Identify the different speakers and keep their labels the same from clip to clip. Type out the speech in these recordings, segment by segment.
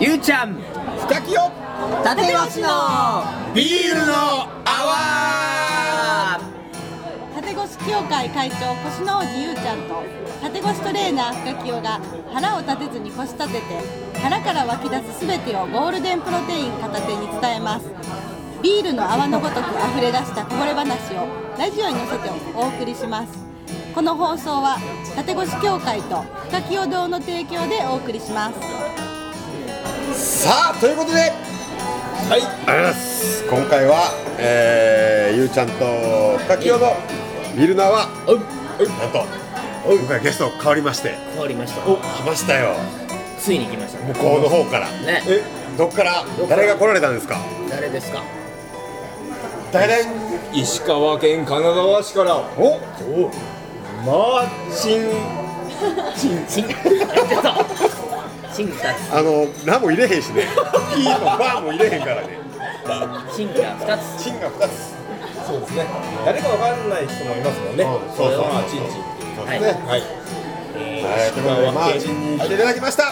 Speaker 1: ゆうちゃん
Speaker 2: 深きよ
Speaker 1: 立て越しの
Speaker 2: ビールの
Speaker 1: アワ
Speaker 3: 縦越し協会会長腰の王子ゆうちゃんと縦越しトレーナー深清が腹を立てずに腰立てて腹から湧き出す全てをゴールデンプロテイン片手に伝えますビールの泡のごとく溢れ出したこぼれ話をラジオに乗せてお送りしますこの放送は縦越し協会と深清堂の提供でお送りします
Speaker 2: さあということではいありがとうございます今回は、えー、ゆうちゃんと深きよのビールのアワーなんと今回ゲスト変わりまして
Speaker 1: 変わりました
Speaker 2: お来ましたよ
Speaker 1: ついに来ました
Speaker 2: 向こうの方から
Speaker 1: ね
Speaker 2: えどっから誰が来られたんですか
Speaker 1: 誰ですか
Speaker 2: 大体
Speaker 4: 石川県金沢市から
Speaker 2: おマーチン
Speaker 1: チンちょっとチン2
Speaker 2: あの何も入れへんし ねピーもバーも入れへんからね
Speaker 1: つチンが2つ
Speaker 2: チンが2つ
Speaker 4: そうですね誰かわかんない人もいますもんね
Speaker 2: うんそうそう
Speaker 4: まあちんちんっていう
Speaker 2: そう
Speaker 1: はい
Speaker 2: ですね、
Speaker 4: は
Speaker 2: は
Speaker 4: い
Speaker 2: い、ということでマーチンに来ていただきました
Speaker 1: イ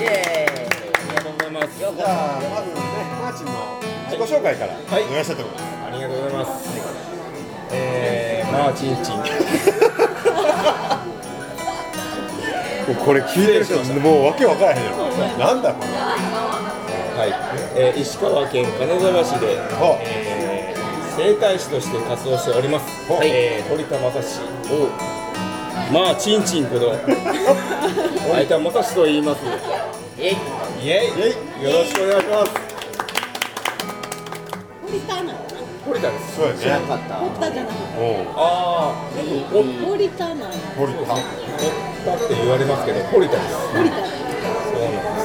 Speaker 1: エーイ
Speaker 4: ありがとうございます
Speaker 2: じゃあまずねマーチンの自己紹介から
Speaker 4: はい
Speaker 2: お願いしたいと思います、
Speaker 4: ありがとうございますえー、まあちんちん
Speaker 2: もうこれ聞いてる人もうわけわからへんよなんだこれ
Speaker 4: はい、えー、石川県金沢市で、
Speaker 2: お
Speaker 4: えー、整体師として活動しております、
Speaker 2: お
Speaker 4: えー、堀田正史をまあちんちん こと堀田正史と言います
Speaker 1: イエイ
Speaker 4: イエイよろしくお願いします
Speaker 3: 堀田な
Speaker 4: 堀田です
Speaker 2: そうやね
Speaker 3: 堀田じゃなくて
Speaker 2: お
Speaker 4: ああ
Speaker 3: 堀田な
Speaker 2: ポリタ
Speaker 4: 堀田って言われますけど堀田です
Speaker 3: 堀田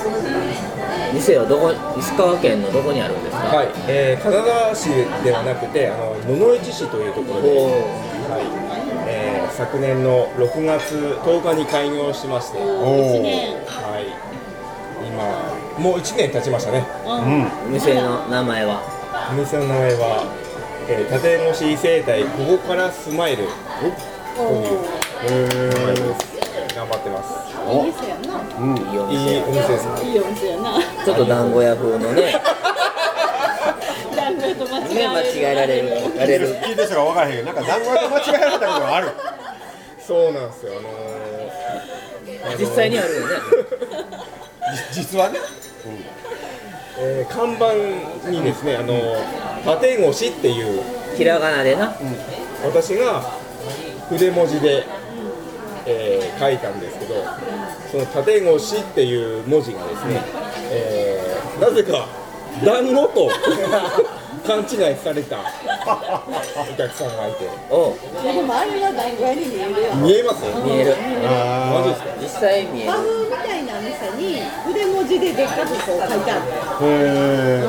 Speaker 4: そうなんです
Speaker 1: 店はどこ石川県のどこにあるんですか
Speaker 4: はい、えー、金沢市ではなくて、あの野々市市というところで、
Speaker 1: お
Speaker 4: はいえー昨年の6月10日に開業しまして、は
Speaker 2: お
Speaker 3: 1
Speaker 2: ー
Speaker 3: 年
Speaker 4: い、今もう1年経ちましたね。
Speaker 3: うん
Speaker 1: お店の名前は
Speaker 4: お店の名前は、えー、立て越し生態ここからスマイル
Speaker 2: え
Speaker 4: 頑張ってます。
Speaker 3: いい店やない
Speaker 1: いお
Speaker 4: い
Speaker 1: 店
Speaker 4: いお店です。
Speaker 3: いいお店やな
Speaker 1: ちょっと団子屋風の ね
Speaker 3: 団子と間
Speaker 1: ね間違えられるら
Speaker 2: ー、
Speaker 1: れる
Speaker 2: 聞いてる聞いてる人がわからへんけどなんか団子屋と間違えられたことがある
Speaker 4: そうなんですよ。あのー
Speaker 1: 実際にあるよね
Speaker 2: 実はね
Speaker 4: えー看板にですね、あの立て越しっていう
Speaker 1: ひらがなでな
Speaker 4: 私が筆文字で、えー書いたんですけどその縦越しっていう文字がですね、えーなぜか団子と 勘違いされたお客さんがいて
Speaker 1: おう
Speaker 3: いやでもあれは団子屋に見えるよ
Speaker 4: 見えます
Speaker 1: 見える
Speaker 4: マジですか
Speaker 1: 実際見える
Speaker 3: 和風みたいなお店に筆文字ででっかくこう書いてあっ
Speaker 2: へえ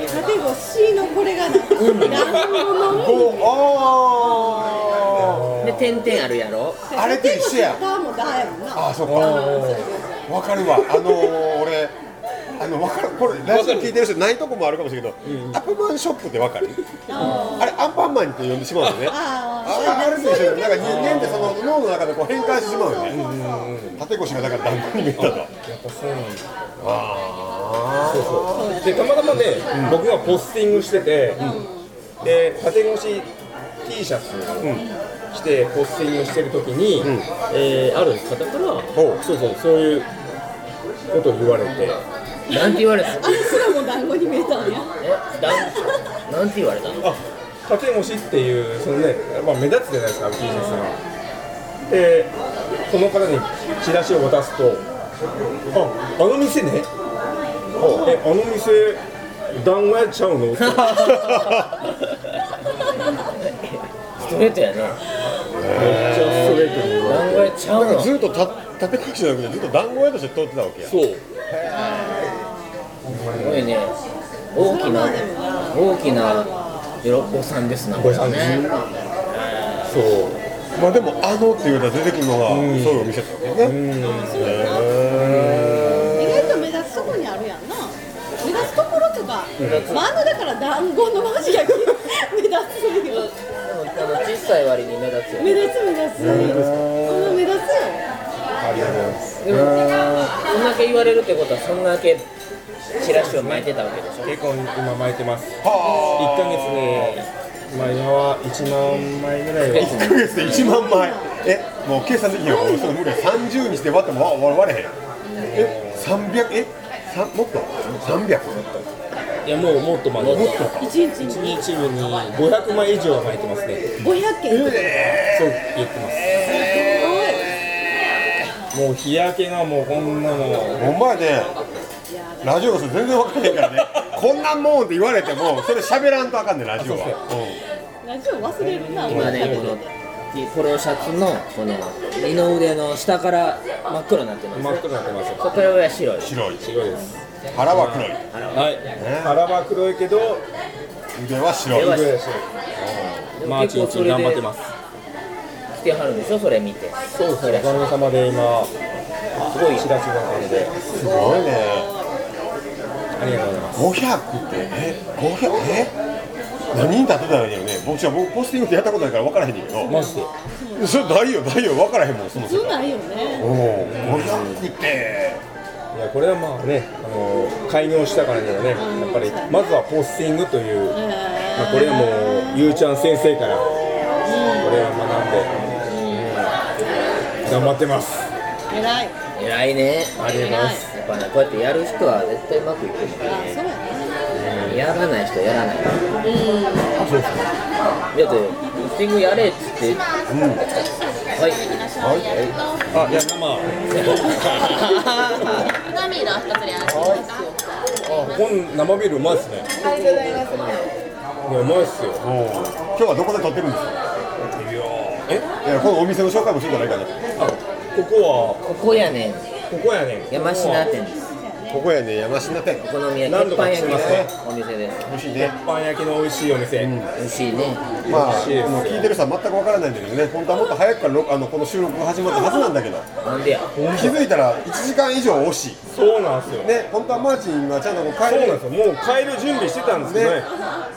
Speaker 4: え
Speaker 3: て例えば C のこれがなんか団子の
Speaker 2: おお
Speaker 1: で点々あるやろ
Speaker 2: ーあれと一緒や
Speaker 3: だもだやもんな
Speaker 2: あそっかわかるわあのー、俺あのわかるこれラジオ聞いてる人ないとこもあるかもしれないけど、アップマンショップってわかるあれアンパンマンって呼んでしまうのね
Speaker 3: あ
Speaker 2: ああれと一緒でなんか人間ってその脳の中でこう変換してしまうよね縦腰がだから団子に見えたと
Speaker 4: ー、やっぱそうなんです
Speaker 2: あ
Speaker 4: そうそうでたまたまね、僕がポスティングしてて、で縦越し T シャツを着てポスティングしてる時に、
Speaker 2: ん
Speaker 4: えーある方から
Speaker 2: ほう
Speaker 4: そうそうそういうことを言われて
Speaker 1: なんて言われたの
Speaker 3: あいつらも団子に見えたんや
Speaker 1: え団なんて言われたの
Speaker 4: あ縦越しっていうそのね、まあ、目立つじゃないですか T シャツがでその方にチラシを渡すと「ああの店ねえあの店団子やっちゃ うの?」って
Speaker 1: ストレートやな
Speaker 4: めっちゃストレートに言われ
Speaker 1: 団子屋
Speaker 4: て
Speaker 1: ちゃう
Speaker 2: あ
Speaker 1: の
Speaker 2: ずっとた縦腰じゃなくてずっと団子屋として通ってたわけや
Speaker 4: そう
Speaker 1: すごいね大きな大きなお子さんですなこれはね
Speaker 4: そう
Speaker 2: まあでもあのっていうのは出てくるのが、そういうお店だったわけね、
Speaker 3: 意外と目立つとこにあるやんな目立つところとか、まあ、あのだから団子の文字が目立つよ
Speaker 1: あの小さい割に目立つよ
Speaker 3: 目立つ目立つこの目立つよ
Speaker 2: へ
Speaker 4: ありがとうございます
Speaker 1: でもそんだけ言われるってことはそんだけチラシを巻いてたわけでしょ
Speaker 4: 結構今巻いてます1
Speaker 2: は
Speaker 4: ヶ月でまあ今は1万枚ぐらいは
Speaker 2: 1ヶ月で1万枚えもう計算できへんよもうそれ無理や30にして割ってもわ終われへんえ300えさもっと300
Speaker 4: いやもうもっと巻いて
Speaker 2: も
Speaker 4: ま
Speaker 2: っ
Speaker 4: す
Speaker 2: とか
Speaker 5: 一日に
Speaker 4: 1日に500枚以上は巻いてますね
Speaker 5: 500件
Speaker 4: そう言ってますもう日焼けがもうこんなの
Speaker 2: ほんまやねラジオの人全然分かんへんからねこんなんもんって言われてもそれ喋らんとあかんねんラジオは
Speaker 5: ラジオ忘れるな
Speaker 1: 今ねこのポロシャツのこの二の腕の下から真っ黒になってます
Speaker 4: 真っ黒になってます
Speaker 1: そこから上は白い
Speaker 2: うん白い
Speaker 4: 白いです
Speaker 2: 腹は黒い
Speaker 4: はい腹は黒いけど
Speaker 2: 腕は白い
Speaker 1: 腕は
Speaker 4: 黒いですマーチン
Speaker 1: 結構そ
Speaker 4: チ
Speaker 1: れ
Speaker 4: ン
Speaker 1: で
Speaker 4: 頑張ってます
Speaker 1: 着てはるんでしょそれ見て
Speaker 4: そうですねおかげさまで今すごいチラシがあるのです
Speaker 2: ごいね
Speaker 4: ありがとうございます
Speaker 2: 500ってえ500え何に例えたらいいんやろね僕じゃあ僕ポスティングってやったことないから分からへんねんけど
Speaker 4: マジで
Speaker 2: それないよないよ分からへんもんそもそ
Speaker 5: 普通
Speaker 2: も
Speaker 5: ないよね
Speaker 2: おお500って
Speaker 4: いやこれはまあねあの開業したからにはねやっぱりまずはポスティングという、まあ、これはもうゆうちゃん先生からこれは学んで、うん頑張ってます
Speaker 5: 偉い
Speaker 1: 偉いね
Speaker 4: ありがとうございます
Speaker 1: やっぱねこうやってやる人は絶対うまくいくもん
Speaker 5: あそうや
Speaker 1: ね
Speaker 5: ね
Speaker 1: やらない人はやらないだってポスティングやれっつってはい
Speaker 4: あじゃあママあこの生ビールうまいっすねありがとうございますいやうまいっす
Speaker 2: お
Speaker 4: よ
Speaker 2: お今日はどこで撮ってるんですか
Speaker 4: え
Speaker 2: いやこのお店の紹介もするんじゃないかな
Speaker 4: あここは
Speaker 1: ここやねん
Speaker 4: ここやね
Speaker 1: 山
Speaker 4: ここは
Speaker 1: 科店です
Speaker 2: ここやね山科店
Speaker 1: お好み焼き
Speaker 4: 何度
Speaker 1: 鉄板焼
Speaker 4: か来て
Speaker 1: きの
Speaker 4: ます
Speaker 1: お店です
Speaker 2: 美味しいね
Speaker 4: パン焼きの美味しいお店、
Speaker 1: 美味しいね
Speaker 2: ま
Speaker 4: 美味
Speaker 2: あ
Speaker 4: しいです
Speaker 2: もう聞いてる人は全く分からないんだけどね本当はもっと早くからろあのこの収録が始まったはずなんだけど
Speaker 1: なんでや
Speaker 2: 気づいたら1時間以上惜し
Speaker 4: そうなんですよ、
Speaker 2: いね本当はマーチンはちゃんとこう
Speaker 4: そ
Speaker 2: 帰
Speaker 4: うな
Speaker 2: る
Speaker 4: んですよもう帰る準備してたんですけどね
Speaker 2: ね、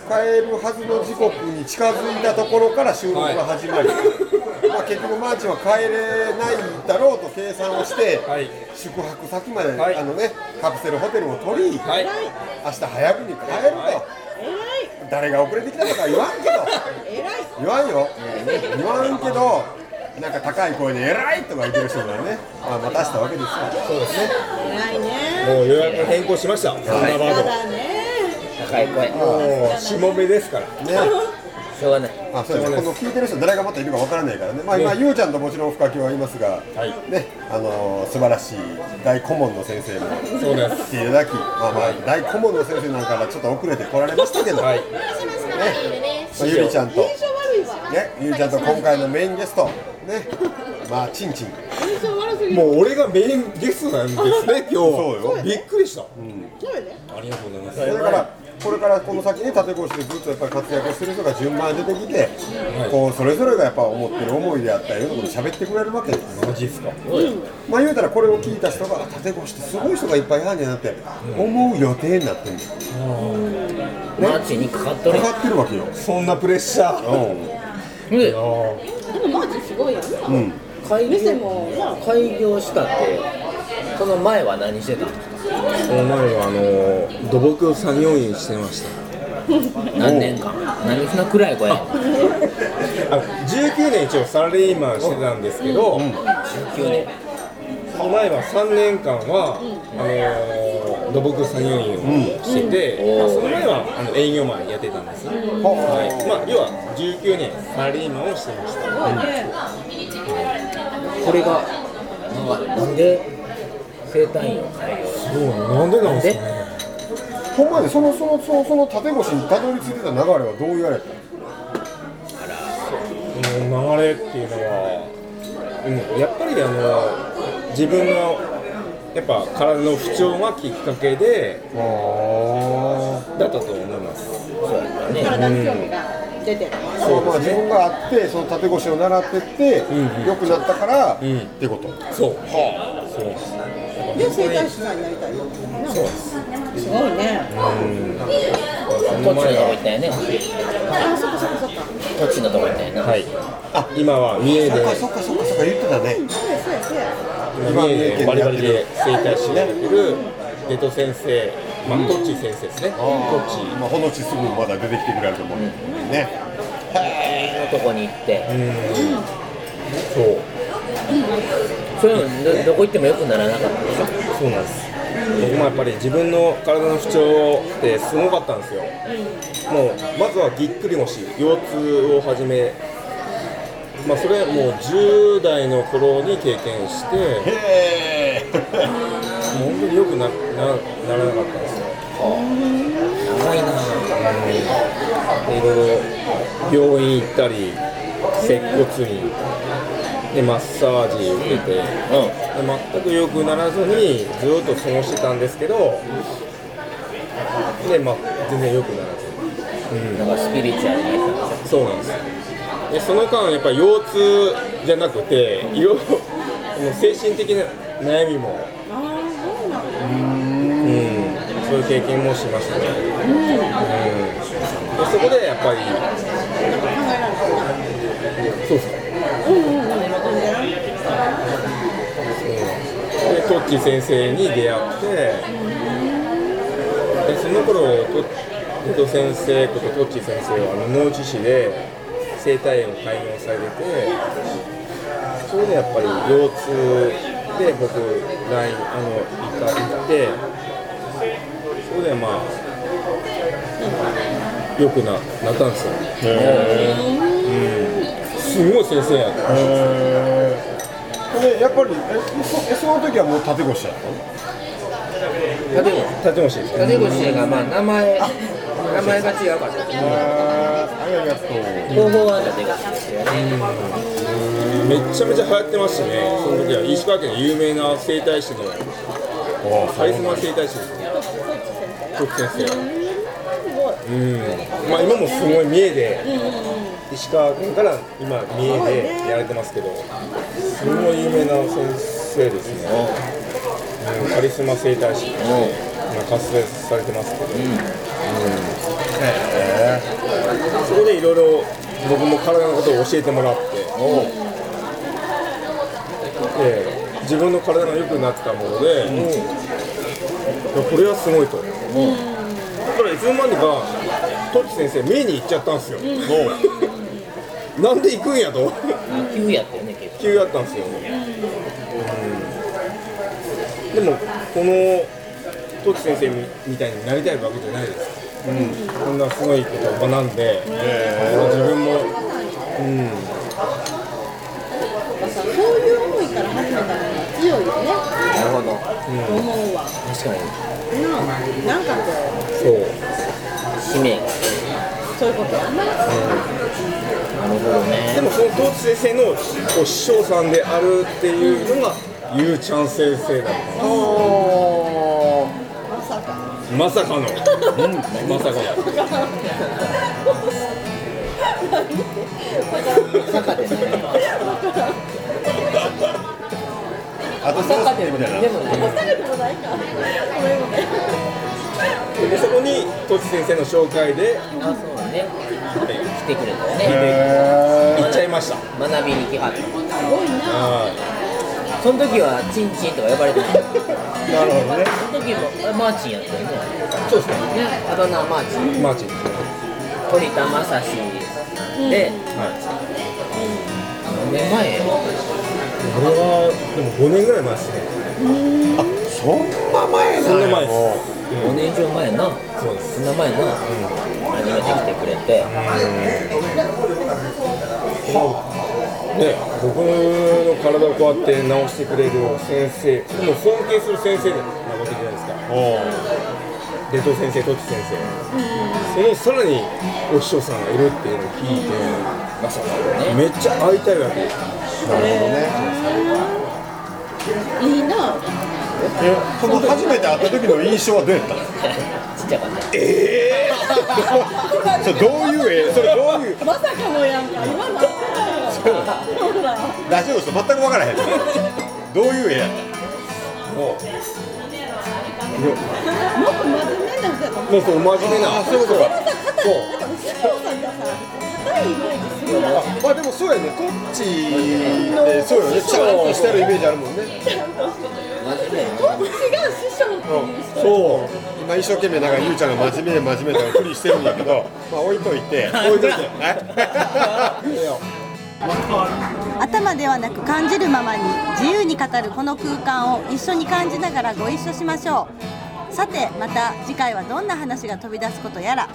Speaker 2: 帰るはずの時刻に近づいたところから収録が始まり、まあ、結局マーチンは帰れないだろうと計算をして、
Speaker 4: はい
Speaker 2: 宿泊先まで、
Speaker 4: はい
Speaker 2: あのね、カプセルホテルを取り、
Speaker 4: はい
Speaker 2: 明日早くに帰ると、誰が遅れてきたとか言わんけど、言わんよ、言わんけど、なんか高い声で偉いとか言ってる人がね、まあ、待たしたわけですよ。
Speaker 4: そうですね
Speaker 5: 偉いね
Speaker 4: もう予約変更しました、サンダーバ
Speaker 5: た
Speaker 4: ード。
Speaker 5: だね
Speaker 1: 高い声も
Speaker 4: もう、しもべですから。
Speaker 2: ね
Speaker 1: うしょうがない
Speaker 2: あそうですねこの聞いてる人誰がまたいるかわからないからね、まあ、今、ゆうちゃんともちろん深木はいますが、
Speaker 4: はい
Speaker 2: ねあのー素晴らしい大顧問の先生も
Speaker 4: そうです。
Speaker 2: 来ていただき、まあまあ、大顧問の先生なんかからちょっと遅れて来られましたけど、
Speaker 4: はい。
Speaker 2: まあ、ゆりちゃんと、ね
Speaker 5: 印象悪いわ、
Speaker 2: ゆりちゃんと今回のメインゲスト、ねまあ、ちんちん、
Speaker 5: 印象悪すぎる
Speaker 4: もう俺がメインゲストなんですね、
Speaker 2: そ
Speaker 4: 今日。
Speaker 2: うよ
Speaker 4: びっくりした。
Speaker 5: そうやね
Speaker 4: ありがとうございます。
Speaker 2: それからこれからこの先に縦越しでずっとやっぱり活躍してる人が順番に出てきて、こうそれぞれがやっぱ思ってる思いであったり、いろんなこと喋ってくれるわけです。
Speaker 4: マジですか。
Speaker 2: まあ言うたらこれを聞いた人があ立て越してすごい人がいっぱいあるんやなって思う予定になってるんだよ
Speaker 1: マーチにかかっとる
Speaker 2: かかってるわけよ
Speaker 4: そんなプレッシャー。
Speaker 1: で
Speaker 5: でもマーチすごいよね
Speaker 2: うん
Speaker 1: 開
Speaker 5: 店
Speaker 1: 業
Speaker 5: もな
Speaker 1: 開業したってその前は何してたの
Speaker 4: この前は、あのー、土木作業員してまし
Speaker 1: 何年間何そんな暗い声
Speaker 4: た。あ、19年一応サラリーマンしてたんですけど、
Speaker 1: 急に
Speaker 4: その前は3年間は、あのー、土木作業員をしてて、
Speaker 1: うん
Speaker 4: まあ、その前はあの営業マンやってたんです、はいまあ、要は19年サラリーマンをしてました
Speaker 1: これがなんかなんで生体院を開業
Speaker 4: そうなんでなん
Speaker 1: ですか
Speaker 4: ね
Speaker 2: ほんまにそのそのそのその縦越しにたどり着いてた流れはどう言われた
Speaker 4: この流れっていうのは、うん、やっぱりあの自分のやっぱ体の不調がきっかけで
Speaker 2: あ
Speaker 4: だったと思います
Speaker 1: そうやったね
Speaker 5: 体に興味が出てる
Speaker 2: あそうまあ自分があってその縦越しを習ってって
Speaker 4: んうん
Speaker 2: 良くなったからっ
Speaker 4: ん
Speaker 2: てこと
Speaker 4: そうはあそうです
Speaker 5: で整体師さんになりたいよ
Speaker 4: そうです
Speaker 5: すごいね
Speaker 1: こっちの方行ったよね
Speaker 5: あそっかそっかそっか
Speaker 1: タクシーのとこやったんやな、
Speaker 4: はい
Speaker 2: あ
Speaker 4: 今は三重で
Speaker 2: そっかそっかそっかそっか言ってたね
Speaker 5: そうやそうやそうや
Speaker 4: 今三重でバリバリで整体師やってるゲト先生まあトッチ先生ですねトッチ
Speaker 2: まあ、ほのちすぐまだ出てきてくれると思うね
Speaker 1: のとこに行って、
Speaker 4: そう
Speaker 1: それもどどこ行ってもよくならなかったでしょ
Speaker 4: そうなんです僕もやっぱり自分の体の不調ってすごかったんですよ、もうまずはぎっくり腰腰痛をはじめまあそれもう10代の頃に経験して
Speaker 2: へえ
Speaker 4: もう本当によくななならなかったんですよ
Speaker 1: 長いな
Speaker 4: でいろいろ病院行ったり接骨院でマッサージ受けて、
Speaker 1: うん
Speaker 4: で全く良くならずにずっと過ごしてたんですけどで、まあ、全然良くな
Speaker 1: な
Speaker 4: らず
Speaker 1: んかスピリチュアルなやつ
Speaker 4: そうなんですよでその間やっぱり腰痛じゃなくていろいろもう精神的な悩みもうんそういう経験もしましたねうんでそこでやっぱりそうそううんでトッチ先生に出会ってでその頃と江戸先生ことトッチ先生は野々市市で生態園を開業されててそれでやっぱり腰痛で僕来あの行か行ってそれでまあ良くななったんですよ、うん、すごい先生やった
Speaker 2: でやっぱりえそえその時はもう縦腰だったの
Speaker 4: 立ちしですね
Speaker 1: 金越がまあ名前名前が違うから
Speaker 2: へーありがとう
Speaker 1: 方法は立越ですよね
Speaker 4: めっちゃめちゃ流行ってましたねその時は石川県の有名な整体師の
Speaker 2: おー
Speaker 4: カリスマ整体師ですね徳先生うんまあ今もすごい三重で石川県から今三重でやられてますけどすごい有名な先生ですね、うん、カリスマ整体師今活躍されてますけど、
Speaker 2: へ
Speaker 4: そこでいろいろ僕も体のことを教えてもらって、で自分の体が良くなってたもので、いやこれはすごいと、だからいつの間にかトッチ先生見に行っちゃったんですよ、 なんで行くんやと
Speaker 1: 急やったよね結構
Speaker 4: 急やったんですよ、うんでもこのトッチ先生みたいになりたいわけじゃないですこんなすごいことを学んで、自分も、うん、
Speaker 5: やっぱさそういう思いから始めたのが強いよね
Speaker 1: なるほど
Speaker 5: と思うわ
Speaker 1: 確かに
Speaker 5: ななんかこ
Speaker 4: そう、
Speaker 1: 使命が
Speaker 5: うそういうことやな
Speaker 1: なるほど
Speaker 4: で
Speaker 1: ね
Speaker 4: もそのトーチ先生のお師匠さんであるっていうのが、ゆうちゃん先生だった
Speaker 5: まさか
Speaker 4: まさかの、まさかの、
Speaker 1: 坂でね
Speaker 2: ーあとそうしてみたいな
Speaker 1: でもね
Speaker 5: されてもないかごめんごめん
Speaker 4: でそこにトーチ先生の紹介で、
Speaker 1: あそうだね来てくれたよね
Speaker 2: へ
Speaker 4: 行っちゃいました。
Speaker 1: 学びに来はった
Speaker 5: すごいな
Speaker 4: は
Speaker 1: その時はチンチンとか呼ばれてない
Speaker 2: ーなるほどね
Speaker 1: その時もマーチンやったよね
Speaker 4: いそうですね、
Speaker 1: ねあだ名マーチン
Speaker 4: マーチン、
Speaker 1: 堀田正史で、
Speaker 4: はい、
Speaker 1: 何年前
Speaker 4: これはでも5年ぐらい前ですね、
Speaker 2: そんな前
Speaker 4: そん
Speaker 2: な
Speaker 4: な
Speaker 2: ん
Speaker 4: 前
Speaker 2: や
Speaker 4: で
Speaker 2: もう
Speaker 4: す、
Speaker 1: 5年以上前やな
Speaker 4: そうです。
Speaker 1: そんな前やな、初めて来てくれて、
Speaker 4: ね、僕の体をこうやって治してくれる先生、もう尊敬する先生なわけじゃないですか、出戸先生、トチ先生、そのさらにお師匠さんがいるっていうのを聞いて、
Speaker 1: まさかのね
Speaker 4: めっちゃ会いたいわけです、
Speaker 5: いいな
Speaker 2: えその初めて会った時の印象はどうやったの
Speaker 1: ちっちゃかった
Speaker 2: それどういうえそれどういう
Speaker 5: まさかのやんか今なってた よほら
Speaker 2: ラジオの人全く分からへんどういう絵やった
Speaker 4: も
Speaker 5: もっと真面目な人やと思う
Speaker 4: うもうそう真面目な、そうそう
Speaker 5: なんか肩なんか後ろさんがさるイメージするよね
Speaker 2: まあでもそうやねこっちでそうよねちゃんとしてるイメージあるもんね
Speaker 1: マジで
Speaker 5: こっちが師匠っていう人
Speaker 4: そう
Speaker 2: 今一生懸命なんかゆうちゃんが真面目真面目とふりしてるんだけどまあ置いといて
Speaker 4: 置いといて
Speaker 3: 頭ではなく感じるままに自由に語るこの空間を一緒に感じながらご一緒しましょうさてまた次回はどんな話が飛び出すことやら